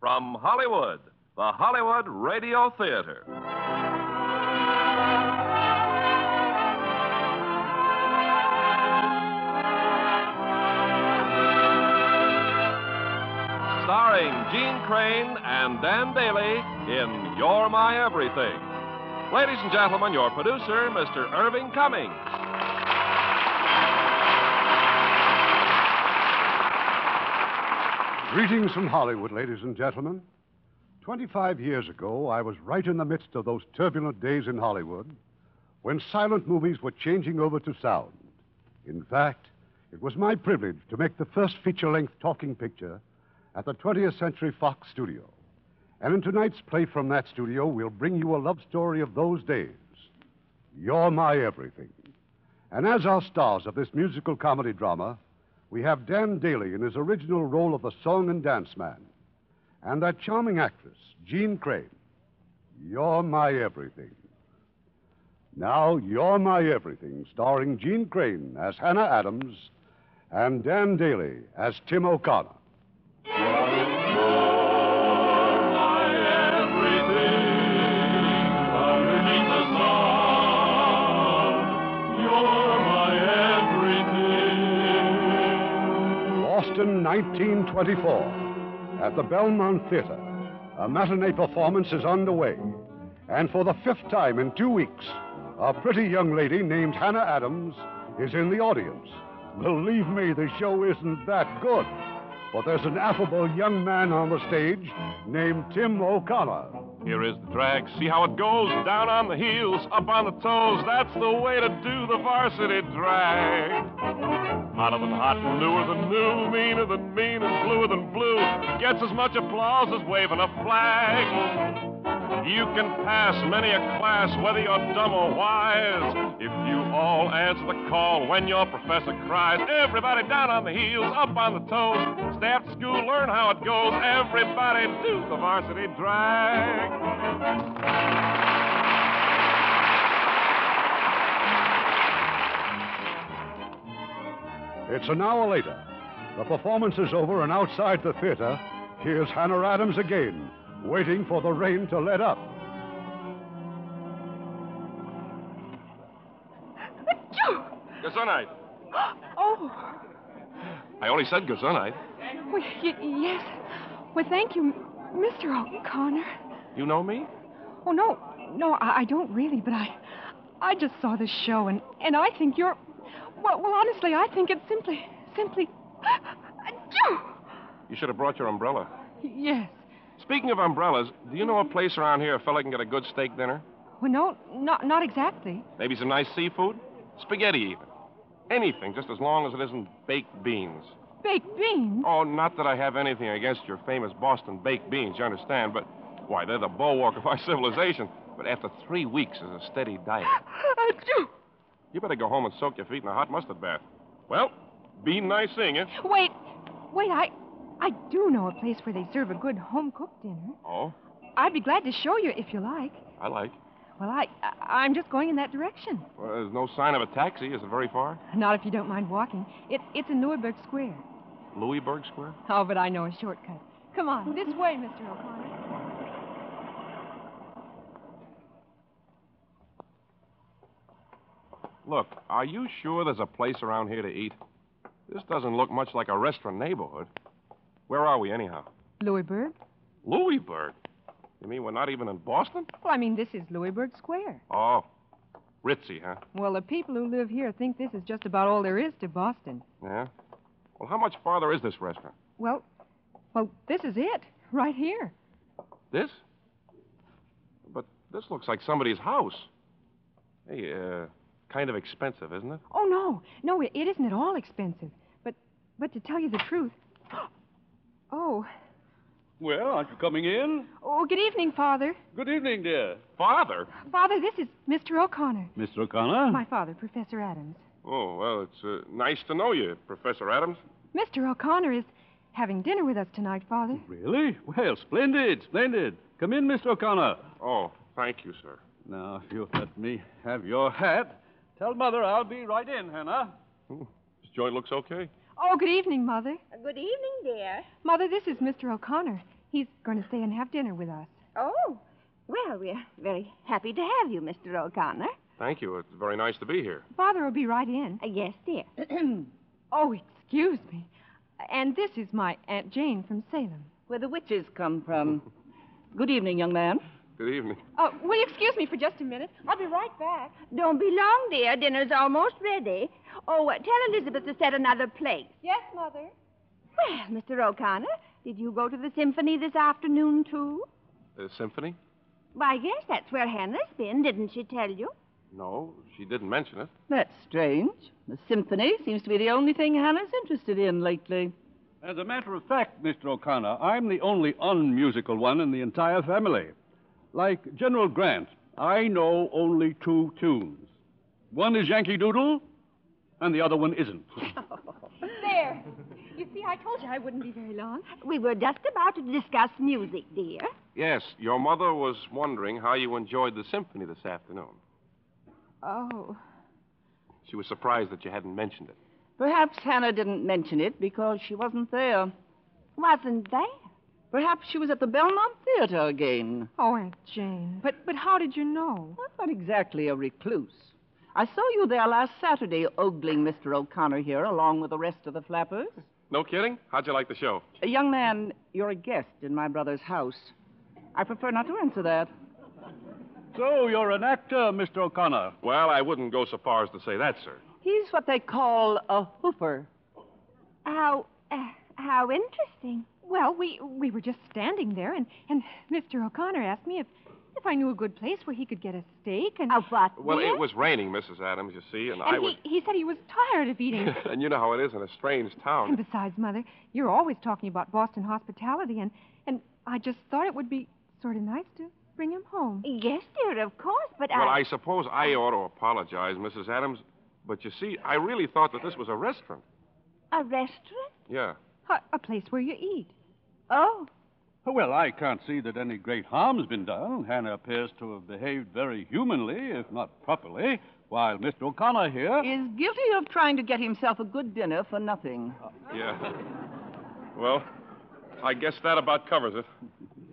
From Hollywood, the Hollywood Radio Theater. Starring Gene Crane and Dan Daly in You're My Everything. Ladies and gentlemen, your producer, Mr. Irving Cummings. Greetings from Hollywood, ladies and gentlemen. Twenty-five years ago, I was right in the midst of those turbulent days in Hollywood when silent movies were changing over to sound. In fact, it was my privilege to make the first feature length talking picture at the 20th Century Fox studio. And in tonight's play from that studio, we'll bring you a love story of those days. You're My Everything. And as our stars of this musical comedy drama, we have Dan Daly in his original role of the song and dance man, and that charming actress, Jean Crane. You're My Everything. Now, You're My Everything, starring Jean Crane as Hannah Adams and Dan Daly as Tim O'Connor. Boston, 1924. At the Belmont Theater, a matinee performance is underway. And for the fifth time in two weeks, a pretty young lady named Hannah Adams is in the audience. Believe me, the show isn't that good. But there's an affable young man on the stage named Tim O'Connor. Here is the drag. See how it goes. Down on the heels, up on the toes. That's the way to do the varsity drag. Hotter than hot, newer than new, meaner than mean, and bluer than blue. Gets as much applause as waving a flag. You can pass many a class, whether you're dumb or wise. If you all answer the call when your professor cries, everybody down on the heels, up on the toes. Stay after school, learn how it goes. Everybody do the varsity drag. It's an hour later. The performance is over, and outside the theater, here's Hannah Adams again, waiting for the rain to let up. Gesundheit. Oh, I only said gesundheit. well, y- yes. Well, thank you, Mr. O'Connor. You know me? Oh, no, no, I, I don't really, but I, I just saw the show, and, and I think you're, well, well, honestly, I think it's simply, simply, You should have brought your umbrella. yes. Speaking of umbrellas, do you know a place around here a fella can get a good steak dinner? Well, no, not, not exactly. Maybe some nice seafood? Spaghetti, even. Anything, just as long as it isn't baked beans. Baked beans. Oh, not that I have anything against your famous Boston baked beans, you understand, but why, they're the bulwark of our civilization. But after three weeks is a steady diet. Achoo. You better go home and soak your feet in a hot mustard bath. Well, be nice seeing you. Wait, wait, I, I do know a place where they serve a good home-cooked dinner. Oh, I'd be glad to show you if you like. I like. Well, I, I I'm just going in that direction. Well, there's no sign of a taxi. Is it very far? Not if you don't mind walking. It, it's in Nuremberg Square. Louisburg Square? Oh, but I know a shortcut. Come on, this way, Mr. O'Connor. Look, are you sure there's a place around here to eat? This doesn't look much like a restaurant neighborhood. Where are we, anyhow? Louisburg? Louisburg? You mean we're not even in Boston? Well, I mean, this is Louisburg Square. Oh, ritzy, huh? Well, the people who live here think this is just about all there is to Boston. Yeah. Well, how much farther is this restaurant? Well, well, this is it, right here. This? But this looks like somebody's house. Hey, uh, kind of expensive, isn't it? Oh no, no, it, it isn't at all expensive. But, but to tell you the truth, oh, Well, aren't you coming in? oh, good evening, Father. Good evening, dear. Father? Father, this is Mr. O'Connor. Mr. Ah. O'Connor? My father, Professor Adams. Oh, well, it's uh, nice to know you, Professor Adams. Mr. O'Connor is having dinner with us tonight, Father. Really? Well, splendid, splendid. Come in, Mr. O'Connor. Oh, thank you, sir. Now, if you'll let me have your hat, tell Mother I'll be right in, Hannah. This joint looks okay. Oh, good evening, Mother. Good evening, dear. Mother, this is Mr. O'Connor. He's going to stay and have dinner with us. Oh, well, we're very happy to have you, Mr. O'Connor. Thank you. It's very nice to be here. Father will be right in. Uh, yes, dear. oh, excuse me. And this is my Aunt Jane from Salem. Where the witches come from. Good evening, young man. Good evening. Oh, will you excuse me for just a minute? I'll be right back. Don't be long, dear. Dinner's almost ready. Oh, uh, tell Elizabeth to set another plate. Yes, Mother. Well, Mr. O'Connor, did you go to the symphony this afternoon, too? The Uh, symphony? Why, yes, that's where Hannah's been. Didn't she tell you? No, she didn't mention it. That's strange. The symphony seems to be the only thing Hannah's interested in lately. As a matter of fact, Mr. O'Connor, I'm the only unmusical one in the entire family. Like General Grant, I know only two tunes. One is Yankee Doodle, and the other one isn't. There. You see, I told you I wouldn't be very long. We were just about to discuss music, dear. Yes, your mother was wondering how you enjoyed the symphony this afternoon. Oh. She was surprised that you hadn't mentioned it. Perhaps Hannah didn't mention it because she wasn't there. Wasn't there? Perhaps she was at the Belmont Theater again. Oh, Aunt Jane. But but how did you know? I'm not exactly a recluse. I saw you there last Saturday ogling Mr. O'Connor here along with the rest of the flappers. No kidding? How'd you like the show? Uh, young man, you're a guest in my brother's house. I prefer not to answer that. So you're an actor, Mr. O'Connor. Well, I wouldn't go so far as to say that, sir. He's what they call a hooper. How, uh, how interesting. Well, we we were just standing there, and and Mr. O'Connor asked me if if I knew a good place where he could get a steak, and A what? Well, dear? it was raining, Mrs. Adams, you see, and, I and was. he, he said he was tired of eating. and you know how it is in a strange and town. besides, Mother, you're always talking about Boston hospitality, and and I just thought it would be sort of nice to bring him home. Yes, dear, of course, but Well, I... I suppose I ought to apologize, Mrs. Adams, but you see, I really thought that this was a restaurant. A restaurant? Yeah. A, a place where you eat. Oh, Well, I can't see that any great harm's been done. Hannah appears to have behaved very humanly, if not properly, while Mr. O'Connor here. Is guilty of trying to get himself a good dinner for nothing. Yeah. Well, I guess that about covers it.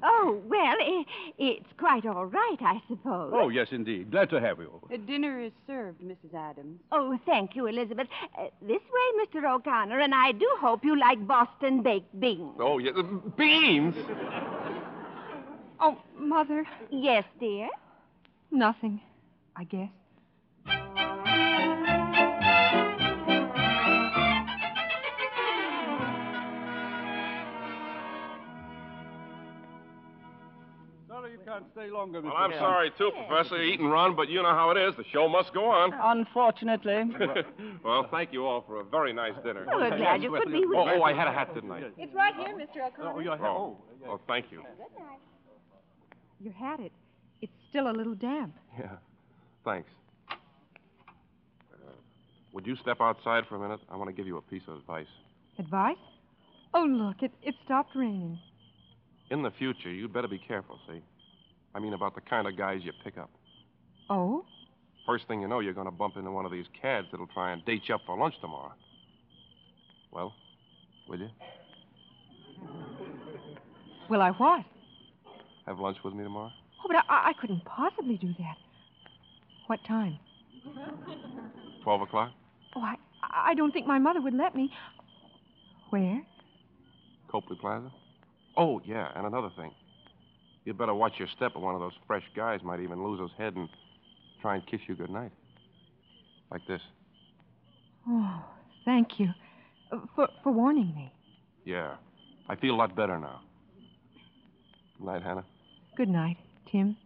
oh, well, i it's quite all right, I suppose. Oh, yes, indeed. Glad to have you. Dinner is served, Mrs. Adams. Oh, thank you, Elizabeth. Uh, this way, Mr. O'Connor, and I do hope you like Boston baked beans. Oh, yeah. Beans! Oh, Mother, Yes, dear. nothing, I guess. Sorry you can't stay longer, Mr. Well, I'm sorry, too, Professor. Eat and run, but you know how it is. The show must go on. Unfortunately. well, thank you all for a very nice dinner. Well, we're glad you could be with Oh, us. oh, I had a hat, didn't I? It's right here, Mr. O'Connor. Oh, your hair. Oh, Oh. oh thank you. You had it. It's still a little damp. Yeah. Thanks. Uh, Would you step outside for a minute? I want to give you a piece of advice. Advice? Oh, look, it, it stopped raining. In the future, you'd better be careful, see? I mean, about the kind of guys you pick up. Oh? First thing you know, you're going to bump into one of these cads that'll try and date you up for lunch tomorrow. Well, will you? Will I what? Have lunch with me tomorrow? Oh, but I, I couldn't possibly do that. What time? 12 o'clock? Oh, I, I don't think my mother would let me. Where? Copley Plaza? Oh, yeah, and another thing. You'd better watch your step, or one of those fresh guys might even lose his head and try and kiss you goodnight. Like this. Oh, thank you uh, for, for warning me. Yeah. I feel a lot better now. Good night, Hannah. Good night, Tim.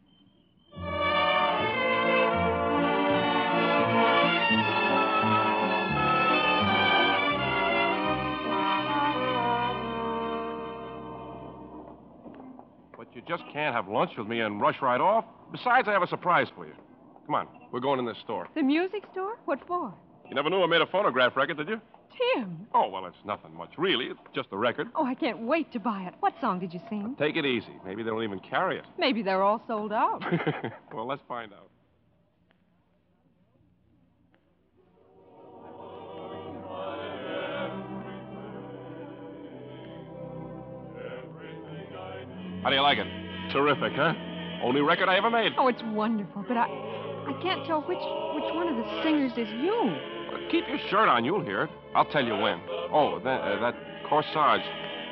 But you just can't have lunch with me and rush right off. Besides, I have a surprise for you. Come on, we're going in this store. The music store? What for? You never knew I made a phonograph record, did you? Tim! Oh, well, it's nothing much, really. It's just a record. Oh, I can't wait to buy it. What song did you sing? Take it easy. Maybe they don't even carry Maybe they're all sold out. it. well, let's find out. Everything I How do you like it? Terrific, huh? Only record I ever made. Oh, it's wonderful, but I, I can't tell which which one of the singers is you. Well, Keep your shirt on. You'll hear it. I'll tell you when. Oh, that, uh, that corsage.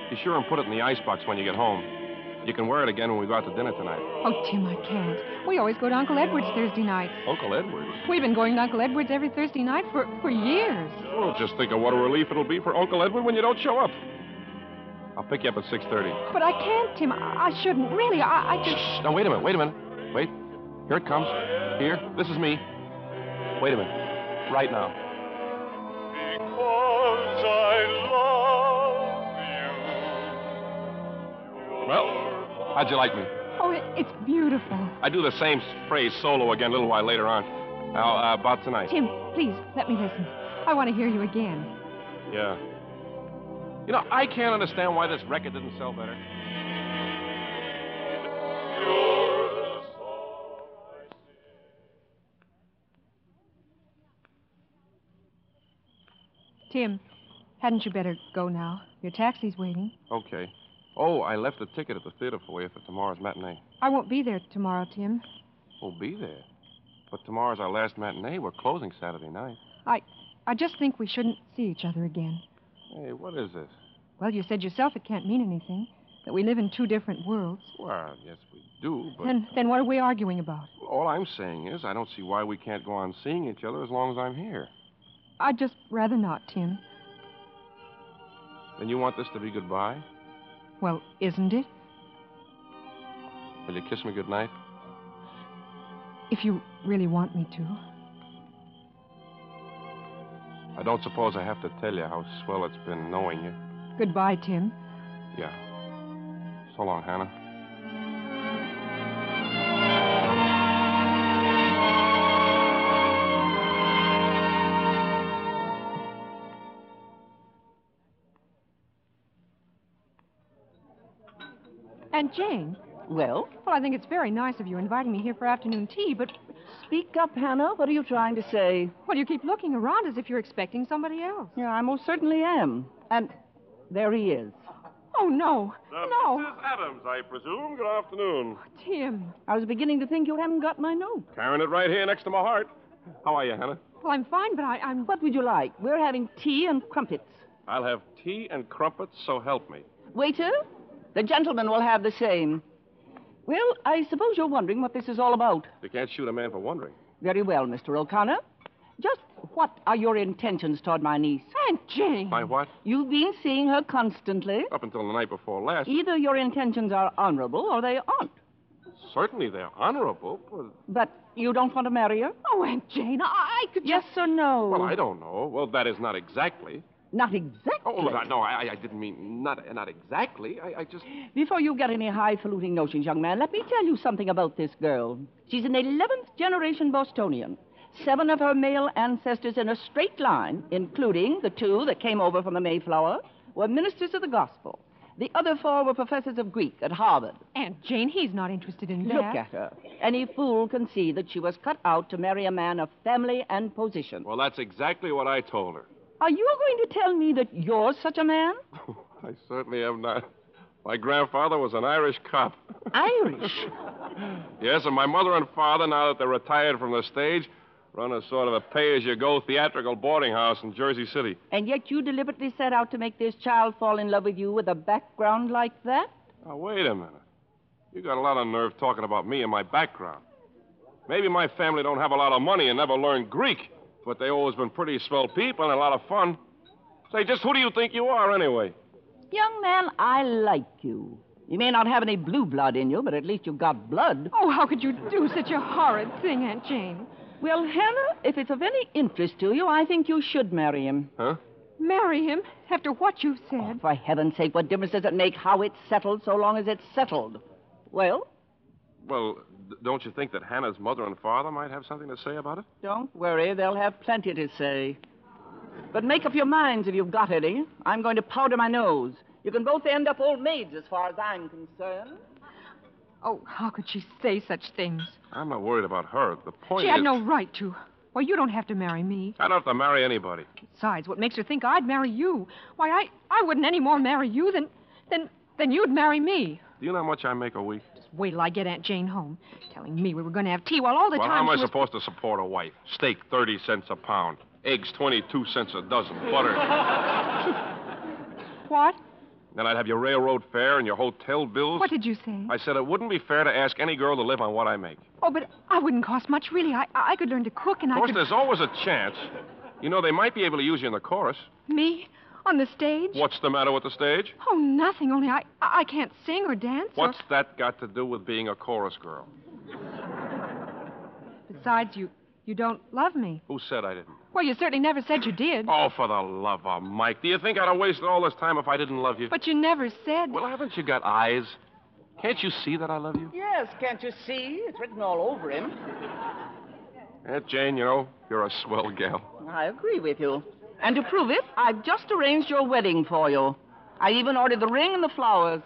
Be sure and put it in the icebox when you get home. You can wear it again when we go out to dinner tonight. Oh, Tim, I can't. We always go to Uncle Edward's Thursday nights. Uncle Edward. We've been going to Uncle Edward's every Thursday night for, for years. Well, just think of what a relief it'll be for Uncle Edward when you don't show up. I'll pick you up at 6.30. But I can't, Tim. I, I shouldn't. Really, I, I just. Now, wait a minute. Wait a minute. Wait. Here it comes. Here. This is me. Wait a minute. Right now. Because I love Well, how'd you like me? Oh, it, it's beautiful. I do the same phrase solo again a little while later on. Now, uh, about tonight. Tim, please, let me listen. I want to hear you again. Yeah. You know, I can't understand why this record didn't sell better. your song. Tim, hadn't you better go now? Your taxi's waiting. Okay. Oh, I left a ticket at the theater for you for tomorrow's matinee. I won't be there tomorrow, Tim. We'll be there. But tomorrow's our last matinee. We're closing Saturday night. I, I just think we shouldn't see each other again. Hey, what is this? Well, you said yourself it can't mean anything, that we live in two different worlds. Well, yes, we do, but Then, then what are we arguing about? all I'm saying is I don't see why we can't go on seeing each other as long as I'm here. I'd just rather not, Tim. Then you want this to be goodbye? Well, isn't it? Will you kiss me goodnight? If you really want me to. I don't suppose I have to tell you how swell it's been knowing you. Goodbye, Tim. Yeah. So long, Hannah. And Jane. Well, Well, I think it's very nice of you inviting me here for afternoon tea, but, speak up, Hannah. What are you trying to say? well, you keep looking around as if you're expecting somebody else. Yeah, I most certainly am. And there he is. Oh, no. No. Mrs. Uh, Adams, I presume. Good afternoon. Tim. I was beginning to think you hadn't got my note. Carrying it right here next to my heart. How are you, Hannah? Well, I'm fine, but I, I'm. What would you like? We're having tea and crumpets. I'll have tea and crumpets, so help me. Waiter, the gentleman will have the same. Well, I suppose you're wondering what this is all about. You can't shoot a man for wondering. Very well, Mr. O'Connor. Just what are your intentions toward my niece? Aunt Jane. My what? You've been seeing her constantly. Up until the night before last. Either your intentions are honorable or they aren't. Certainly they're honorable, but. But you don't want to marry her? Oh, Aunt Jane, I, I could. Yes or no? Well, I don't know. Well, that is not exactly. Not exactly. Oh, look, I- no, I, I didn't mean not not exactly. I, I just. Before you get any highfalutin notions, young man, let me tell you something about this girl. She's an 11th generation Bostonian. Seven of her male ancestors in a straight line, including the two that came over from the Mayflower, were ministers of the gospel. The other four were professors of Greek at Harvard. Aunt Jane, he's not interested in that. Look at her. Any fool can see that she was cut out to marry a man of family and position. Well, that's exactly what I told her. Are you going to tell me that you're such a man? I certainly am not. My grandfather was an Irish cop. Irish. Yes, and my mother and father, now that they're retired from the stage, run a sort of a pay-as-you-go theatrical boarding house in Jersey City. And yet you deliberately set out to make this child fall in love with you with a background like that? Now, wait a minute. You got a lot of nerve talking about me and my background. Maybe my family don't have a lot of money and never learned Greek, but they always been pretty swell people and a lot of fun. Say, just who do you think you are, anyway? Young man, I like you. You may not have any blue blood in you, but at least you've got blood. Oh, how could you do such a horrid thing, Aunt Jane? Well, Hannah, if it's of any interest to you, I think you should marry him. Oh, Huh? Marry him after what you said. For heaven's sake, what difference does it make how it's settled so long as it's settled? Well, Well, d- don't you think that Hannah's mother and father might have something to say about it? don't worry, they'll have plenty to say. But make up your minds if you've got any. I'm going to powder my nose. You can both end up old maids as far as I'm concerned. Oh, how could she say such things? I'm not worried about her. The point She is, had no right to. Well, you don't have to marry me. I don't have to marry anybody. Besides, what makes her think I'd marry you? Why, I, I wouldn't any more marry you than, than, than you'd marry me. Do you know how much I make a week? Just wait till I get Aunt Jane home, telling me we were going to have tea while all the well, time how am I she was... supposed to support a wife? Steak, 30 cents a pound. Eggs, 22 cents a dozen. Butter. What? then I'd have your railroad fare and your hotel bills. What did you say? I said it wouldn't be fair to ask any girl to live on what I make. Oh, but I wouldn't cost much, really. I, I could learn to cook and Of I course, could... there's always a chance. You know, they might be able to use you in the chorus. Me? On the stage? What's the matter with the stage? Oh, nothing, only I, I I can't sing or dance What's or... that got to do with being a chorus girl? Besides, you, you don't love me. Who said I didn't? Well, you certainly never said you did. Oh, for the love of Mike. Do you think I'd have wasted all this time if I didn't love you? But you never said... Well, haven't you got eyes? Can't you see that I love you? Yes, can't you see? It's written all over him. Aunt Eh, Jane, you know, you're a swell gal. I agree with you. And to prove it, I've just arranged your wedding for you. I even ordered the ring and the flowers.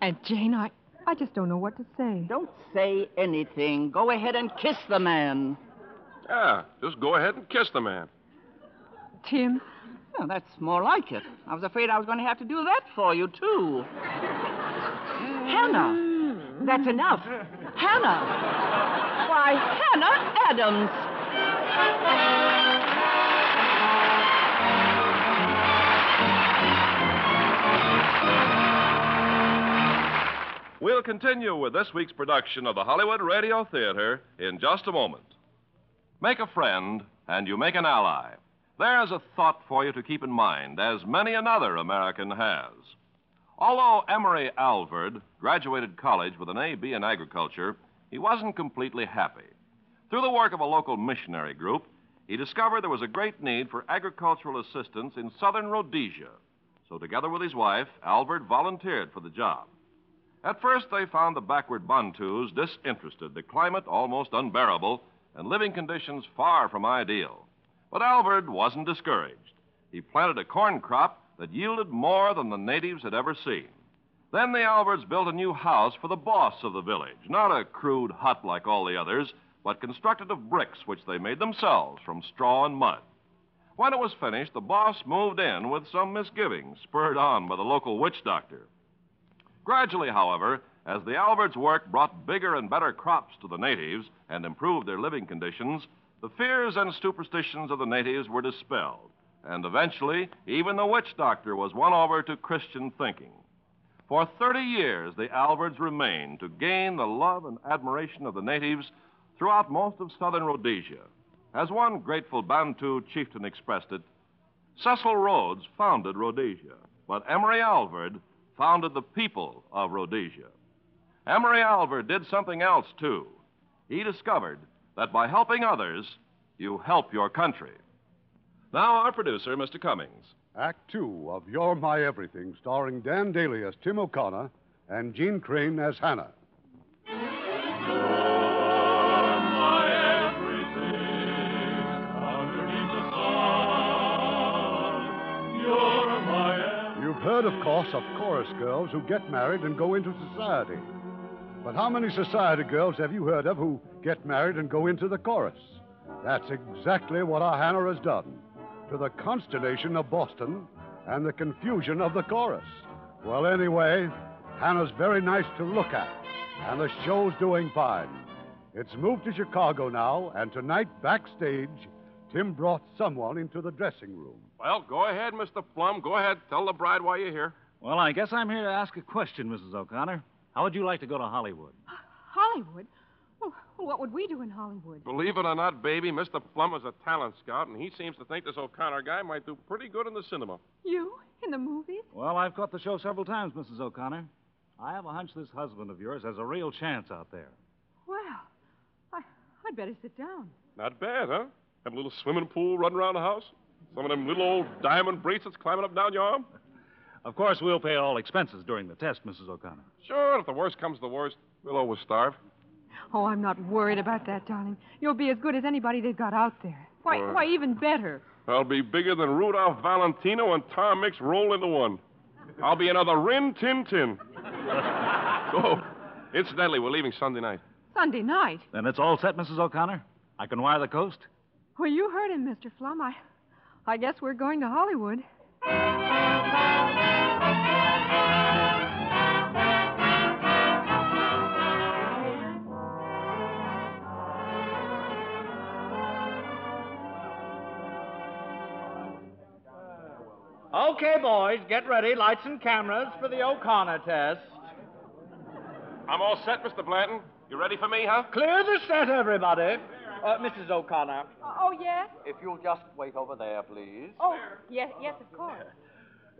Aunt Jane, I, I just don't know what to say. Don't say anything. Go ahead and kiss the man. Yeah, just go ahead and kiss the man. Tim, Well, that's more like it. I was afraid I was going to have to do that for you, too. Hannah! That's enough. Hannah! Why, Hannah Adams! We'll continue with this week's production of the Hollywood Radio Theater in just a moment. Make a friend, and you make an ally. There's a thought for you to keep in mind, as many another American has. Although Emory Alvord graduated college with an A.B. in agriculture, he wasn't completely happy. Through the work of a local missionary group, he discovered there was a great need for agricultural assistance in southern Rhodesia. So, together with his wife, Alvord volunteered for the job. At first, they found the backward Bantus disinterested, the climate almost unbearable, and living conditions far from ideal. But Albert wasn't discouraged. He planted a corn crop that yielded more than the natives had ever seen. Then the Alberts built a new house for the boss of the village, not a crude hut like all the others, but constructed of bricks which they made themselves from straw and mud. When it was finished, the boss moved in with some misgivings, spurred on by the local witch doctor. Gradually, however, as the Alberts' work brought bigger and better crops to the natives and improved their living conditions, the fears and superstitions of the natives were dispelled, and eventually, even the witch doctor was won over to Christian thinking. For 30 years, the Alberts remained to gain the love and admiration of the natives throughout most of southern Rhodesia. As one grateful Bantu chieftain expressed it, Cecil Rhodes founded Rhodesia, but Emory Alvord founded the people of Rhodesia. Emory Alvord did something else, too. He discovered that by helping others, you help your country. Now, our producer, Mr. Cummings. Act two of You're My Everything, starring Dan Daly as Tim O'Connor and Gene Crane as Hannah. My everything underneath the sun. You're my everything. You've heard, of course, of chorus girls who get married and go into society. But how many society girls have you heard of who get married and go into the chorus? That's exactly what our Hannah has done, to the consternation of Boston and the confusion of the chorus. Well, anyway, Hannah's very nice to look at, and the show's doing fine. It's moved to Chicago now, and tonight, backstage, Tim brought someone into the dressing room. Well, go ahead, Mr. Plum. Go ahead. Tell the bride why you're here. Well, I guess I'm here to ask a question, Mrs. O'Connor. How would you like to go to Hollywood? Hollywood? Well, what would we do in Hollywood? Believe it or not, baby, Mr. Plum is a talent scout, and he seems to think this O'Connor guy might do pretty good in the cinema. You? In the movies? Well, I've caught the show several times, Mrs. O'Connor. I have a hunch this husband of yours has a real chance out there. Well, I, I'd better sit down. Not bad, huh? Have a little swimming pool running around the house? Some of them little old diamond bracelets climbing up and down your arm? Of course, we'll pay all expenses during the test, Mrs. O'Connor. Sure, if the worst comes to the worst, we'll always starve. Oh, I'm not worried about that, darling. You'll be as good as anybody they've got out there. Why, Well- why even better. I'll be bigger than Rudolph Valentino and Tom Mix roll into one. I'll be another Rin Tin Tin. oh, incidentally, we're leaving Sunday night. Sunday night. Then it's all set, Mrs. O'Connor. I can wire the coast. Well, you heard him, Mr. Flum. I, I guess we're going to Hollywood. Okay, boys, get ready. Lights and cameras for the O'Connor test. I'm all set, Mr. Blanton. You ready for me, huh? Clear the set, everybody. Uh, Mrs. O'Connor, Oh, yes? if you'll just wait over there, please. Oh, yes, yes, of course.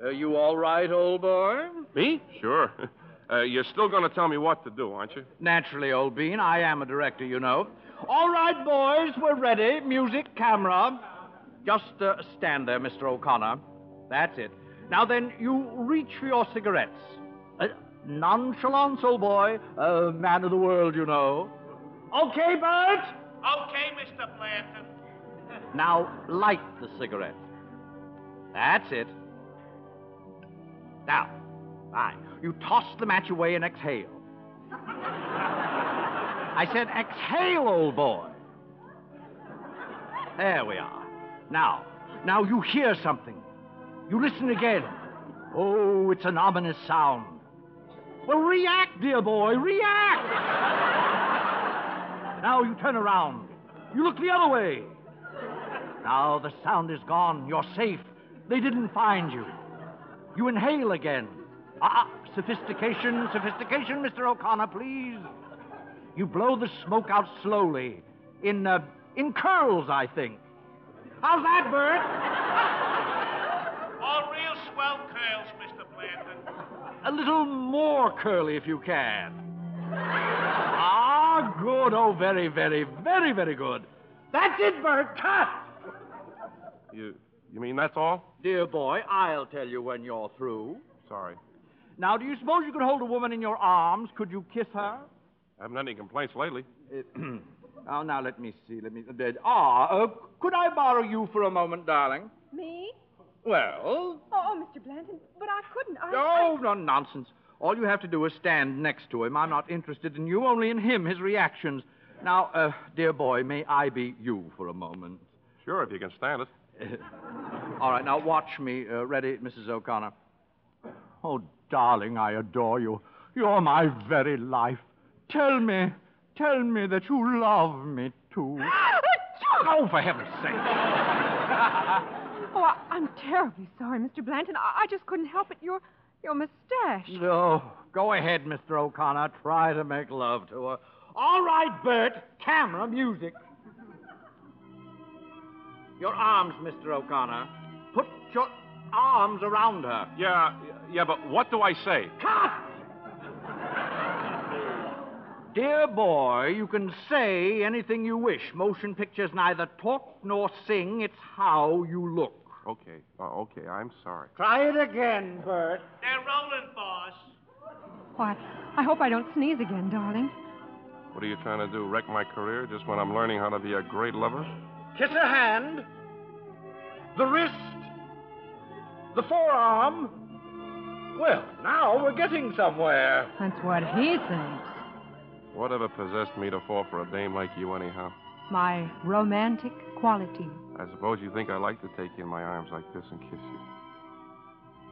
Are Uh, you all right, old boy? Me? Sure. Uh, you're still going to tell me what to do, aren't you? Naturally, old bean. I am a director, you know. All right, boys, we're ready. Music, camera. Just uh, stand there, Mr. O'Connor. That's it. Now then, you reach for your cigarettes. Uh, nonchalance, old boy. Uh, man of the world, you know. Okay, Bert? Okay, Mr. Blanton. Now light the cigarette. That's it. Now, fine. You toss the match away and exhale. I said, exhale, old boy. There we are. Now, now you hear something. You listen again. Oh, it's an ominous sound. Well, react, dear boy, react. now you turn around. You look the other way. Now the sound is gone. You're safe. They didn't find you. You inhale again. Ah, ah, sophistication, sophistication, Mr. O'Connor, please. You blow the smoke out slowly, in uh, in curls, I think. How's that, Bert? All real swell curls, Mr. Blanton. A little more curly, if you can. Ah, good. Oh, very, very, very, very good. That's it, Bert. Cut. You, you mean that's all? Dear boy, I'll tell you when you're through. Sorry. Now, do you suppose you could hold a woman in your arms? Could you kiss her? I haven't had any complaints lately. Oh, now let me see. Let me. there- Ah, uh, could I borrow you for a moment, darling? Me? Well, Oh, oh, Mr. Blanton, but I couldn't. I, no, no nonsense. All you have to do is stand next to him. I'm not interested in you, only in him, his reactions. Now, uh, dear boy, may I be you for a moment? Sure, if you can stand it. All right, now watch me. Uh, ready, Mrs. O'Connor? Oh, darling, I adore you. You're my very life. Tell me, tell me that you love me too. oh, for heaven's sake. Oh, I, I'm terribly sorry, Mr. Blanton. I, I just couldn't help it. Your your mustache. No. Go ahead, Mr. O'Connor. Try to make love to her. All right, Bert. Camera, music. Your arms, Mr. O'Connor. Put your arms around her. Yeah, yeah, but what do I say? Dear boy, you can say anything you wish. Motion pictures neither talk nor sing. It's how you look. Okay, oh, okay, I'm sorry. Try it again, Bert. They're rolling, boss. Why, I hope I don't sneeze again, darling. What are you trying to do? Wreck my career just when I'm learning how to be a great lover? Kiss her hand, the wrist, the forearm. Well, now we're getting somewhere. That's what he thinks. Whatever possessed me to fall for a dame like you, anyhow? My romantic quality. I suppose you think I like to take you in my arms like this and kiss you.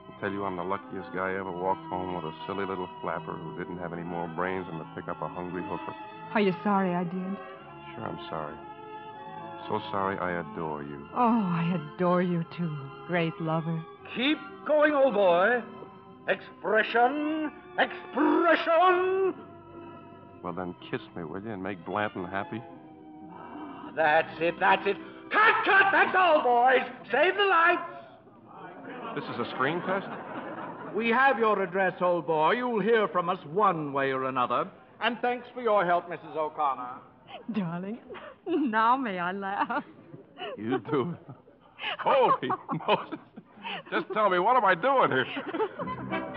I tell you, I'm the luckiest guy ever walked home with a silly little flapper who didn't have any more brains than to pick up a hungry hooker. Are you sorry I did? Sure, I'm sorry. So sorry I adore you. Oh, I adore you too, great lover. Keep going, old boy. Expression, expression. Well, then kiss me, will you, and make Blanton happy? That's it, that's it. Cut, cut, that's all, boys. Save the lights. This is a screen test? We have your address, old boy. You'll hear from us one way or another. And thanks for your help, Mrs. O'Connor. Darling, now may I laugh? You do. Holy Moses. Just tell me, what am I doing here?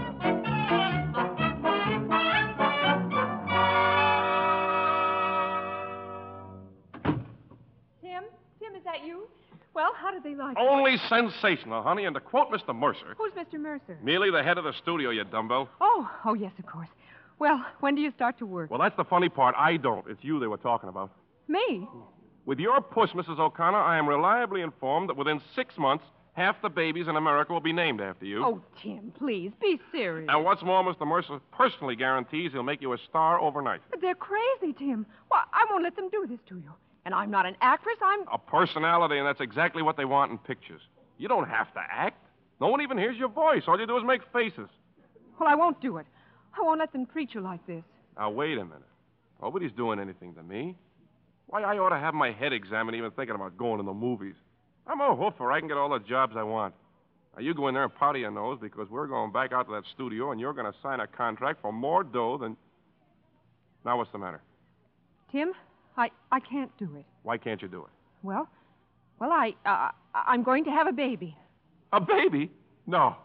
Tim? Tim, is that you? Well, how did they like it? Only sensational, honey. And to quote Mr. Mercer, Who's Mr. Mercer? merely the head of the studio, you dumbo. Oh, oh, yes, of course. Well, when do you start to work? Well, that's the funny part. I don't. It's you they were talking about. Me? With your push, Mrs. O'Connor, I am reliably informed that within six months, half the babies in America will be named after you. Oh, Tim, please, be serious. And what's more, Mr. Mercer personally guarantees he'll make you a star overnight. But they're crazy, Tim. Why, I won't let them do this to you. And I'm Oh. not an actress. I'm. A personality, and that's exactly what they want in pictures. You don't have to act. No one even hears your voice. All you do is make faces. Well, I won't do it. I won't let them treat you like this. Now, wait a minute. Nobody's doing anything to me. Why, I ought to have my head examined even thinking about going to the movies. I'm a hoofer. I can get all the jobs I want. Now, you go in there and powder your nose because we're going back out to that studio and you're going to sign a contract for more dough than. Now, what's the matter? Tim, I, I can't do it. Why can't you do it? Well, well, I, uh, I'm going to have a baby. A baby? No.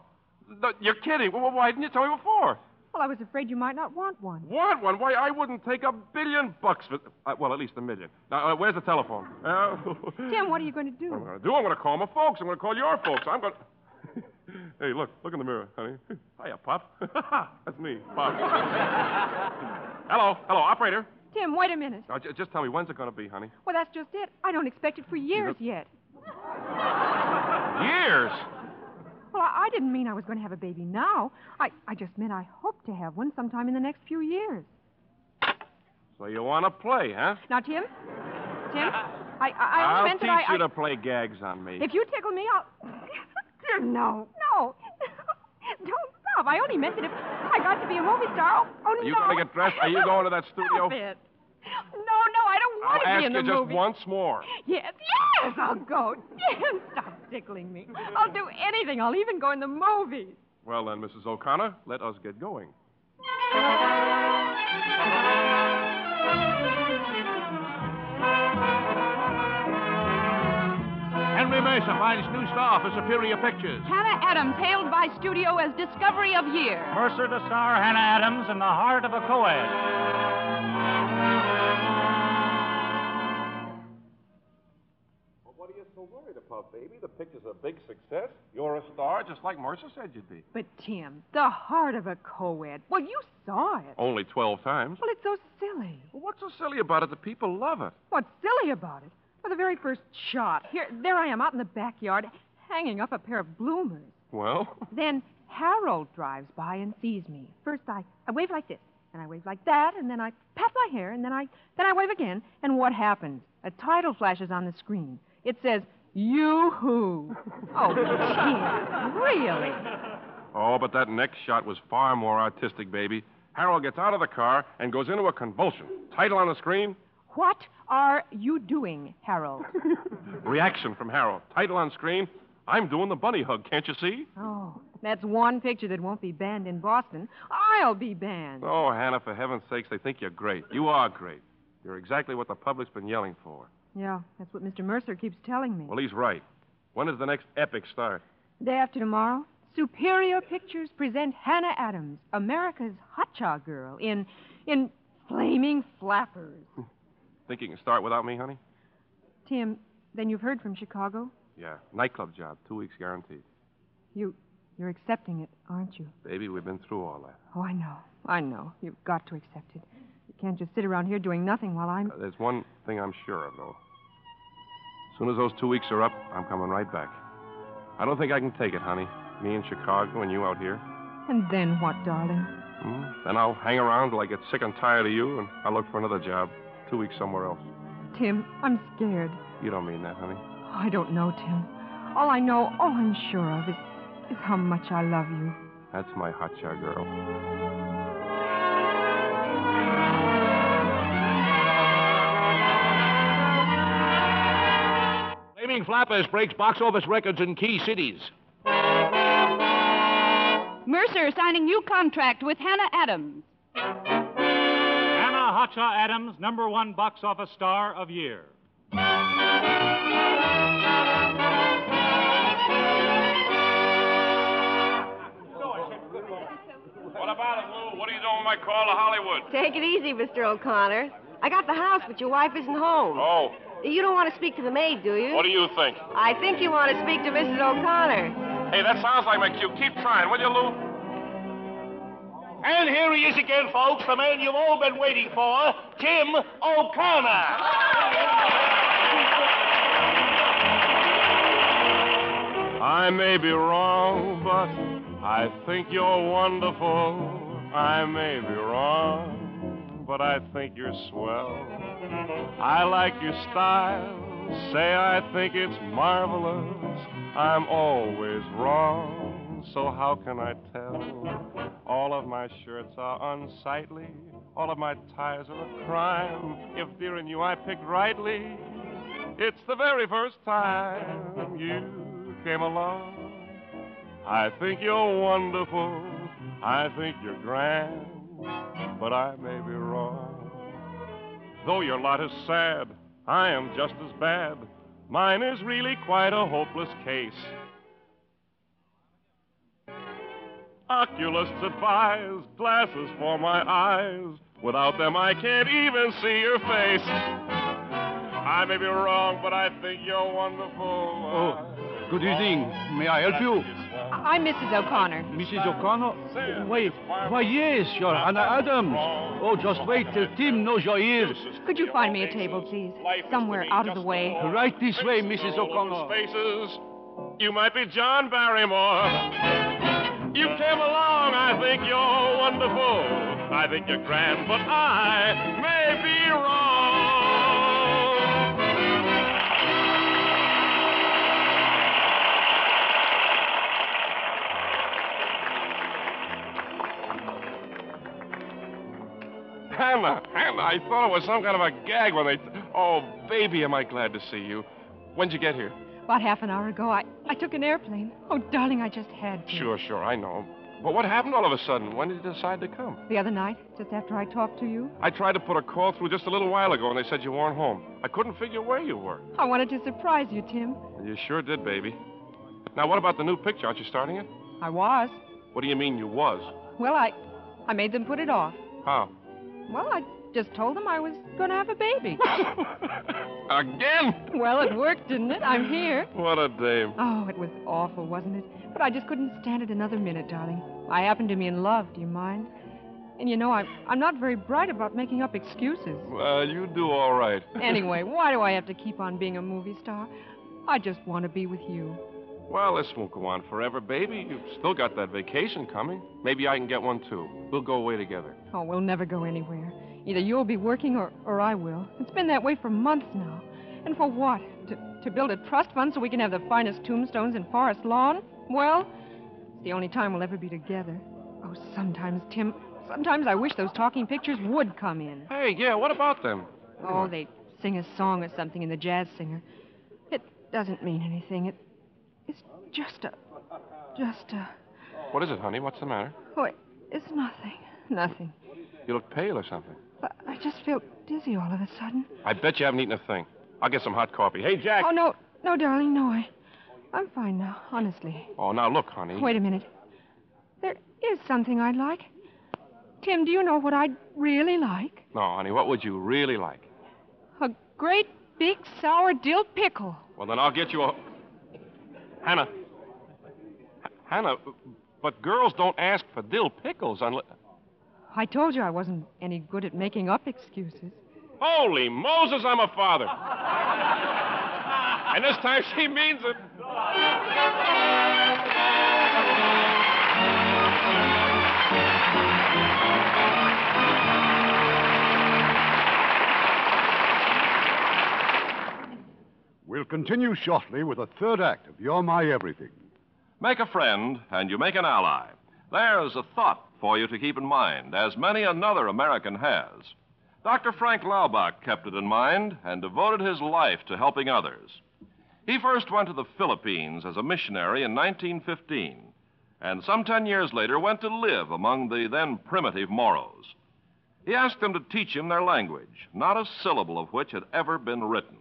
No, You're kidding. Well, why didn't you tell me before? Well, I was afraid you might not want one. Want one? Why, I wouldn't take a billion bucks for. Uh, well, at least a million. Now, uh, where's the telephone? Uh, Tim, what are you going to do? what am I going to do? I'm going to call my folks. I'm going to call your folks. I'm going to. Hey, look, look in the mirror, honey. Hiya, Pop. That's me, Pop. hello, hello, operator. Tim, wait a minute. Now, j- just tell me, when's it going to be, honey? Well, that's just it. I don't expect it for years yet. Years. Well, I, I didn't mean I was going to have a baby now. I, I just meant I hope to have one sometime in the next few years. So you want to play, huh? Now, Tim, Tim, I, I, I Uh, I'll meant teach that I, you I to play gags on me. if you tickle me, I'll. Tim, no, no, don't stop. I only meant that if I got to be a movie star. Oh, oh Are you no. going to get dressed? Are you going to that studio? Stop it. No, no, I don't want I'll to ask be in the you just movie. once more. Yes, yes, I'll go. Yes, stop tickling me. I'll do anything. I'll even go in the movies. Well, then, Mrs. O'Connor, let us get going. Henry Mercer finds new star for Superior Pictures. Hannah Adams, hailed by studio as Discovery of Year. Mercer to star Hannah Adams in the heart of a co-ed. What are you so worried about, baby? The picture's a big success. You're a star, just like Mercer said you'd be. But, Tim, the heart of a co-ed. Well, you saw it. Only 12 times. Well, it's so silly. Well, what's so silly about it? The people love it. What's silly about it? For the very first shot, here, there I am out in the backyard hanging up a pair of bloomers. Well, Then Harold drives by and sees me. First, I, I wave like this, and I wave like that, and then I pat my hair, and then I, then I wave again. And what happens? A title flashes on the screen. It says, Yoo-hoo. Oh, Tim, really? Oh, but that next shot was far more artistic, baby. Harold gets out of the car and goes into a convulsion. Title on the screen What are you doing, Harold? Reaction from Harold. Title on screen I'm doing the bunny hug, can't you see? oh, that's one picture that won't be banned in Boston. I'll be banned. Oh, Hannah, for heaven's sakes, they think you're great. You are great. You're exactly what the public's been yelling for. Yeah, that's what Mr. Mercer keeps telling me. Well, he's right. When does the next epic start? Day after tomorrow, Superior Pictures present Hannah Adams, America's Hotcha Girl, in in Flaming Flappers. Think you can start without me, honey? Tim, then you've heard from Chicago. Yeah. Nightclub job, two weeks guaranteed. You you're accepting it, aren't you? Baby, we've been through all that. Oh, I know. I know. You've got to accept it. You can't just sit around here doing nothing while I'm Uh, There's one thing I'm sure of, though. As soon as those two weeks are up, I'm coming right back. I don't think I can take it, honey. Me in Chicago and you out here. And then what, darling? Hmm? Then I'll hang around till I get sick and tired of you, and I'll look for another job. Two weeks somewhere else. Tim, I'm scared. You don't mean that, honey. Oh, I don't know, Tim. All I know, all I'm sure of is is how much I love you. That's my hotshot girl. Flaming Flappers breaks box office records in key cities. Mercer signing new contract with Hannah Adams. Hannah Hotcha Adams, number one box office star of year. What about it, Lou? What are you doing with my call to Hollywood? Take it easy, Mr. O'Connor. I got the house, but your wife isn't home. Oh, You don't want to speak to the maid, do you? what do you think? I think you want to speak to Mrs. O'Connor. Hey, that sounds like my cue. Keep trying, will you, Lou? And here he is again, folks, the man you've all been waiting for, Tim O'Connor. I may be wrong, but I think you're wonderful. I may be wrong, but I think you're swell. I like your style. Say I think it's marvelous. I'm always wrong, so how can I tell? All of my shirts are unsightly, all of my ties are a crime. If dear and you I picked rightly, it's the very first time you came along. I think you're wonderful, I think you're grand, but I may be wrong. Though your lot is sad, I am just as bad. Mine is really quite a hopeless case. Oculists advise glasses for my eyes. Without them, I can't even see your face. I may be wrong, but I think you're wonderful. Oh, good evening. May I help you? I'm Mrs. O'Connor. Mrs. O'Connor? Wait, why, yes, you're Anna Adams. Oh, just wait till Tim knows you're here. Could you find me a table, please? Somewhere out of the way. Right this way, Mrs. O'Connor. Faces, you might be John Barrymore. You came along, I think you're wonderful. I think you're grand, but I may be wrong. Hannah, Hannah, I thought it was some kind of a gag when they. oh, baby, am I glad to see you. When'd you get here? About half an hour ago, I, I took an airplane. Oh, darling, I just had to. Sure, sure, I know. But what happened all of a sudden? When did you decide to come? The other night, just after I talked to you, I tried to put a call through just a little while ago, and they said you weren't home. I couldn't figure where you were. I wanted to surprise you, Tim. You sure did, baby. Now, what about the new picture? Aren't you starting it? I was. What do you mean you was? Well, I, I made them put it off. How? Well, I just told them I was going to have a baby. Again? well, it worked, didn't it? I'm here. What a dame. Oh, it was awful, wasn't it? But I just couldn't stand it another minute, darling. I happen to be in love, do you mind? And you know, I'm, I'm not very bright about making up excuses. Well, you do all right. Anyway, why do I have to keep on being a movie star? I just want to be with you. Well, this won't go on forever, baby. You've still got that vacation coming. Maybe I can get one, too. We'll go away together. Oh, we'll never go anywhere. Either you'll be working or, or I will. It's been that way for months now. And for what? To, to build a trust fund so we can have the finest tombstones in Forest Lawn? Well, it's the only time we'll ever be together. Oh, sometimes, Tim, sometimes I wish those talking pictures would come in. Hey, yeah, what about them? Oh, they sing a song or something in the jazz singer. It doesn't mean anything. It, it's just a. Just a. What is it, honey? What's the matter? Oh, it, it's nothing. Nothing. You look pale or something. I- I just feel dizzy all of a sudden. I bet you haven't eaten a thing. I'll get some hot coffee. Hey, Jack. Oh, no. No, darling, no. I, I'm fine now, honestly. Oh, now look, honey. Wait a minute. There is something I'd like. Tim, do you know what I'd really like? No, honey, what would you really like? A great big sour dill pickle. Well, then I'll get you a. Hannah. H- Hannah, but girls don't ask for dill pickles unless. I told you I wasn't any good at making up excuses. Holy Moses, I'm a father. and this time she means it. We'll continue shortly with a third act of You're My Everything. Make a friend, and you make an ally. There's a thought for you to keep in mind, as many another American has. Dr. Frank Laubach kept it in mind and devoted his life to helping others. He first went to the Philippines as a missionary in 1915, and some ten years later went to live among the then primitive Moros. He asked them to teach him their language, not a syllable of which had ever been written.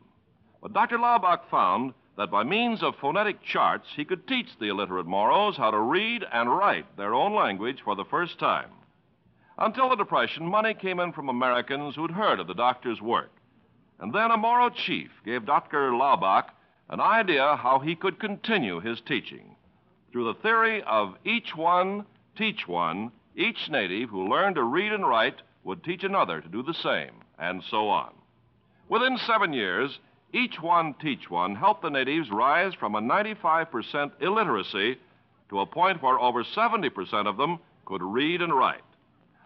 But Dr. Laubach found that by means of phonetic charts, he could teach the illiterate Moros how to read and write their own language for the first time. Until the Depression, money came in from Americans who'd heard of the doctor's work. And then a Moro chief gave Dr. Laubach an idea how he could continue his teaching through the theory of each one, teach one. Each native who learned to read and write would teach another to do the same, and so on. Within seven years, each One Teach One helped the natives rise from a 95% illiteracy to a point where over 70% of them could read and write.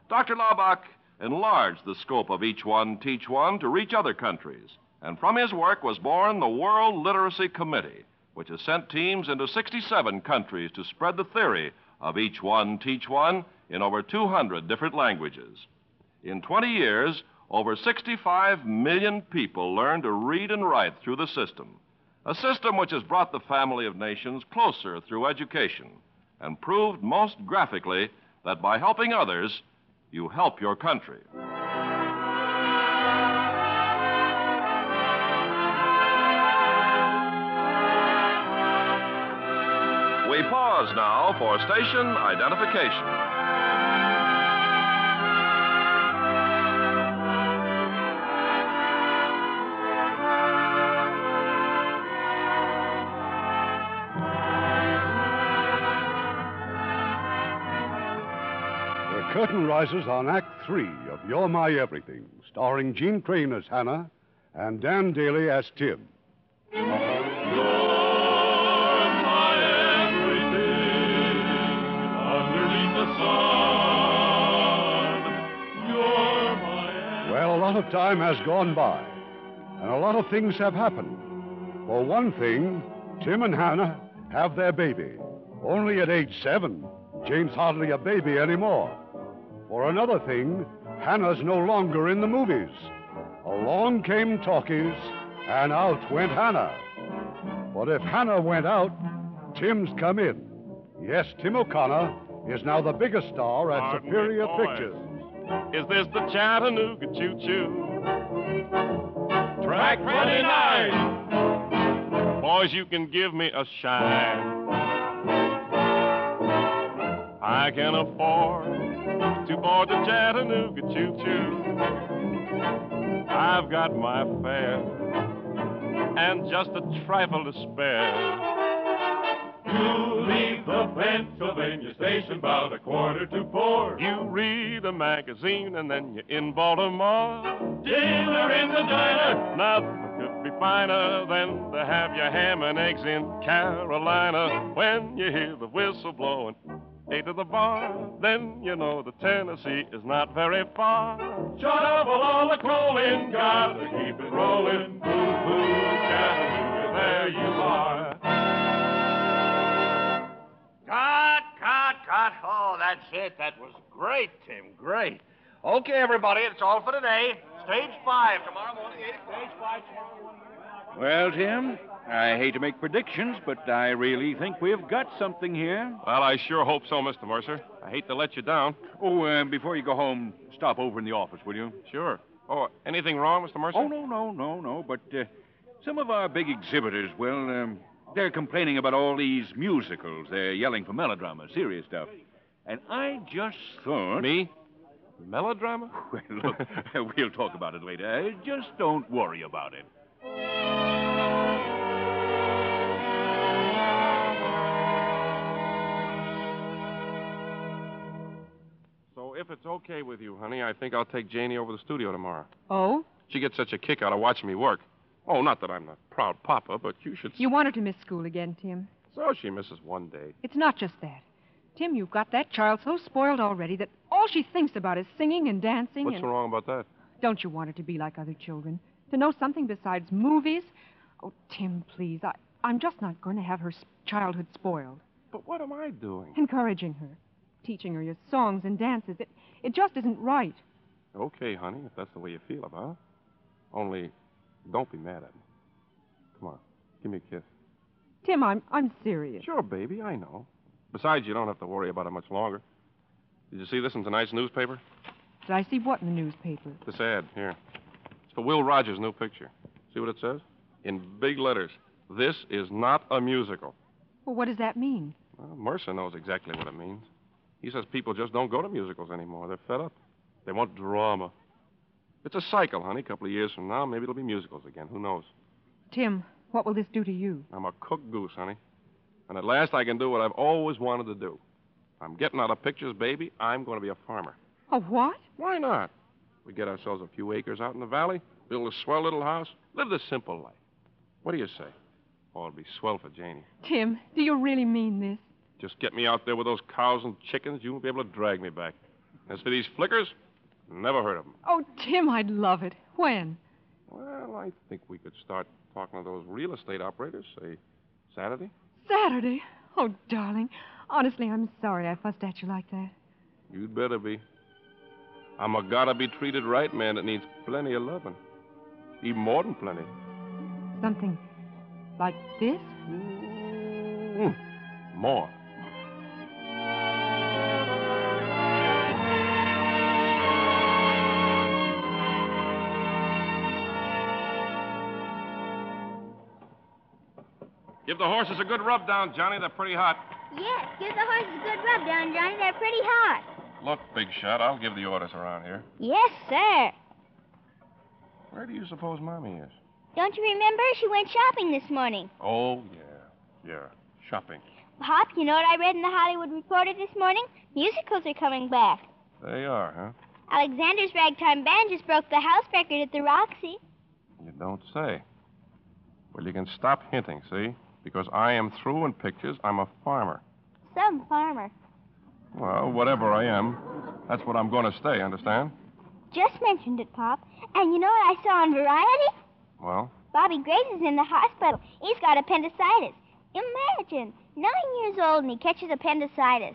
Dr. Laubach enlarged the scope of Each One Teach One to reach other countries, and from his work was born the World Literacy Committee, which has sent teams into 67 countries to spread the theory of each one, teach one in over 200 different languages. In 20 years, over 65 million people learned to read and write through the system, a system which has brought the family of nations closer through education and proved most graphically that by helping others, you help your country. We pause now for station identification. The curtain rises on Act Three of You're My Everything, starring Gene Crane as Hannah and Dan Daly as Tim. Well, a lot of time has gone by, and a lot of things have happened. For one thing, Tim and Hannah have their baby. Only at age seven, Jane's hardly a baby anymore. For another thing, Hannah's no longer in the movies. Along came talkies, and out went Hannah. But if Hannah went out, Tim's come in. Yes, Tim O'Connor is now the biggest star at Pardon me, Superior boys. Pictures. Is this the Chattanooga Choo Choo? Track 29. Boys, you can give me a shine. I can afford to board the Chattanooga Choo Choo. I've got my fare and just a trifle to spare. You leave the Pennsylvania station about a quarter to four. You read a magazine and then you're in Baltimore. Dinner in the diner. Nothing could be finer than to have your ham and eggs in Carolina. When you hear the whistle blowing eight to the bar, then you know the Tennessee is not very far. Shut up with all the calling, gotta keep it rolling. Boo boo, Chattanooga, there you are. Cut, cut, cut. Oh, that's it. That was great, Tim. Great. Okay, everybody, it's all for today. Stage five tomorrow morning, 8 o'clock. Stage five tomorrow morning. Well, Tim, I hate to make predictions, but I really think we've got something here. Well, I sure hope so, Mr. Mercer. I hate to let you down. Oh, uh, before you go home, stop over in the office, will you? Sure. Oh, anything wrong, Mr. Mercer? Oh, no, no, no, no. But uh, some of our big exhibitors, well, um, they're complaining about all these musicals. They're yelling for melodrama, serious stuff. And I just thought. Me? Melodrama? Well, look, we'll talk about it later. Uh, Just don't worry about it. So if it's okay with you, honey, I think I'll take Janie over to the studio tomorrow. Oh? She gets such a kick out of watching me work. Oh, not that I'm a proud papa, but you should. You want her to miss school again, Tim. So she misses one day. It's not just that. Tim, you've got that child so spoiled already that all she thinks about is singing and dancing What's and. wrong about that? Don't you want her to be like other children? To know something besides movies? Oh, Tim, please. I, I'm just not going to have her s- childhood spoiled. But what am I doing? Encouraging her, teaching her your songs and dances. It, it just isn't right. Okay, honey, if that's the way you feel about it. Only, don't be mad at me. Come on, give me a kiss. Tim, I'm, I'm serious. Sure, baby, I know. Besides, you don't have to worry about it much longer. Did you see this in tonight's newspaper? Did I see what in the newspaper? This ad, here. It's for Will Rogers' new picture. See what it says? In big letters. This is not a musical. Well, what does that mean? Well, Mercer knows exactly what it means. He says people just don't go to musicals anymore. They're fed up. They want drama. It's a cycle, honey. A couple of years from now, maybe it'll be musicals again. Who knows? Tim, what will this do to you? I'm a cooked goose, honey. And at last I can do what I've always wanted to do. I'm getting out of pictures, baby. I'm going to be a farmer. A what? Why not? We get ourselves a few acres out in the valley, build a swell little house, live the simple life. What do you say? Oh, it'll be swell for Janie. Tim, do you really mean this? Just get me out there with those cows and chickens, you won't be able to drag me back. As for these flickers, never heard of them. Oh, Tim, I'd love it. When? Well, I think we could start talking to those real estate operators, say Saturday? Saturday? Oh, darling. Honestly, I'm sorry I fussed at you like that. You'd better be. I'm a gotta be treated right man that needs plenty of loving. Even more than plenty. Something like this? More. Give the horses a good rub down, Johnny. They're pretty hot. Yes, give the horses a good rub down, Johnny. They're pretty hot. Look, Big Shot, I'll give the orders around here. Yes, sir. Where do you suppose Mommy is? Don't you remember? She went shopping this morning. Oh, yeah. Yeah. Shopping. Pop, you know what I read in the Hollywood Reporter this morning? Musicals are coming back. They are, huh? Alexander's ragtime band just broke the house record at the Roxy. You don't say. Well, you can stop hinting, see? Because I am through in pictures. I'm a farmer. Some farmer. Well, whatever I am, that's what I'm going to stay, understand? Just mentioned it, Pop. And you know what I saw on Variety? Well, Bobby Grace is in the hospital. He's got appendicitis. Imagine, nine years old and he catches appendicitis.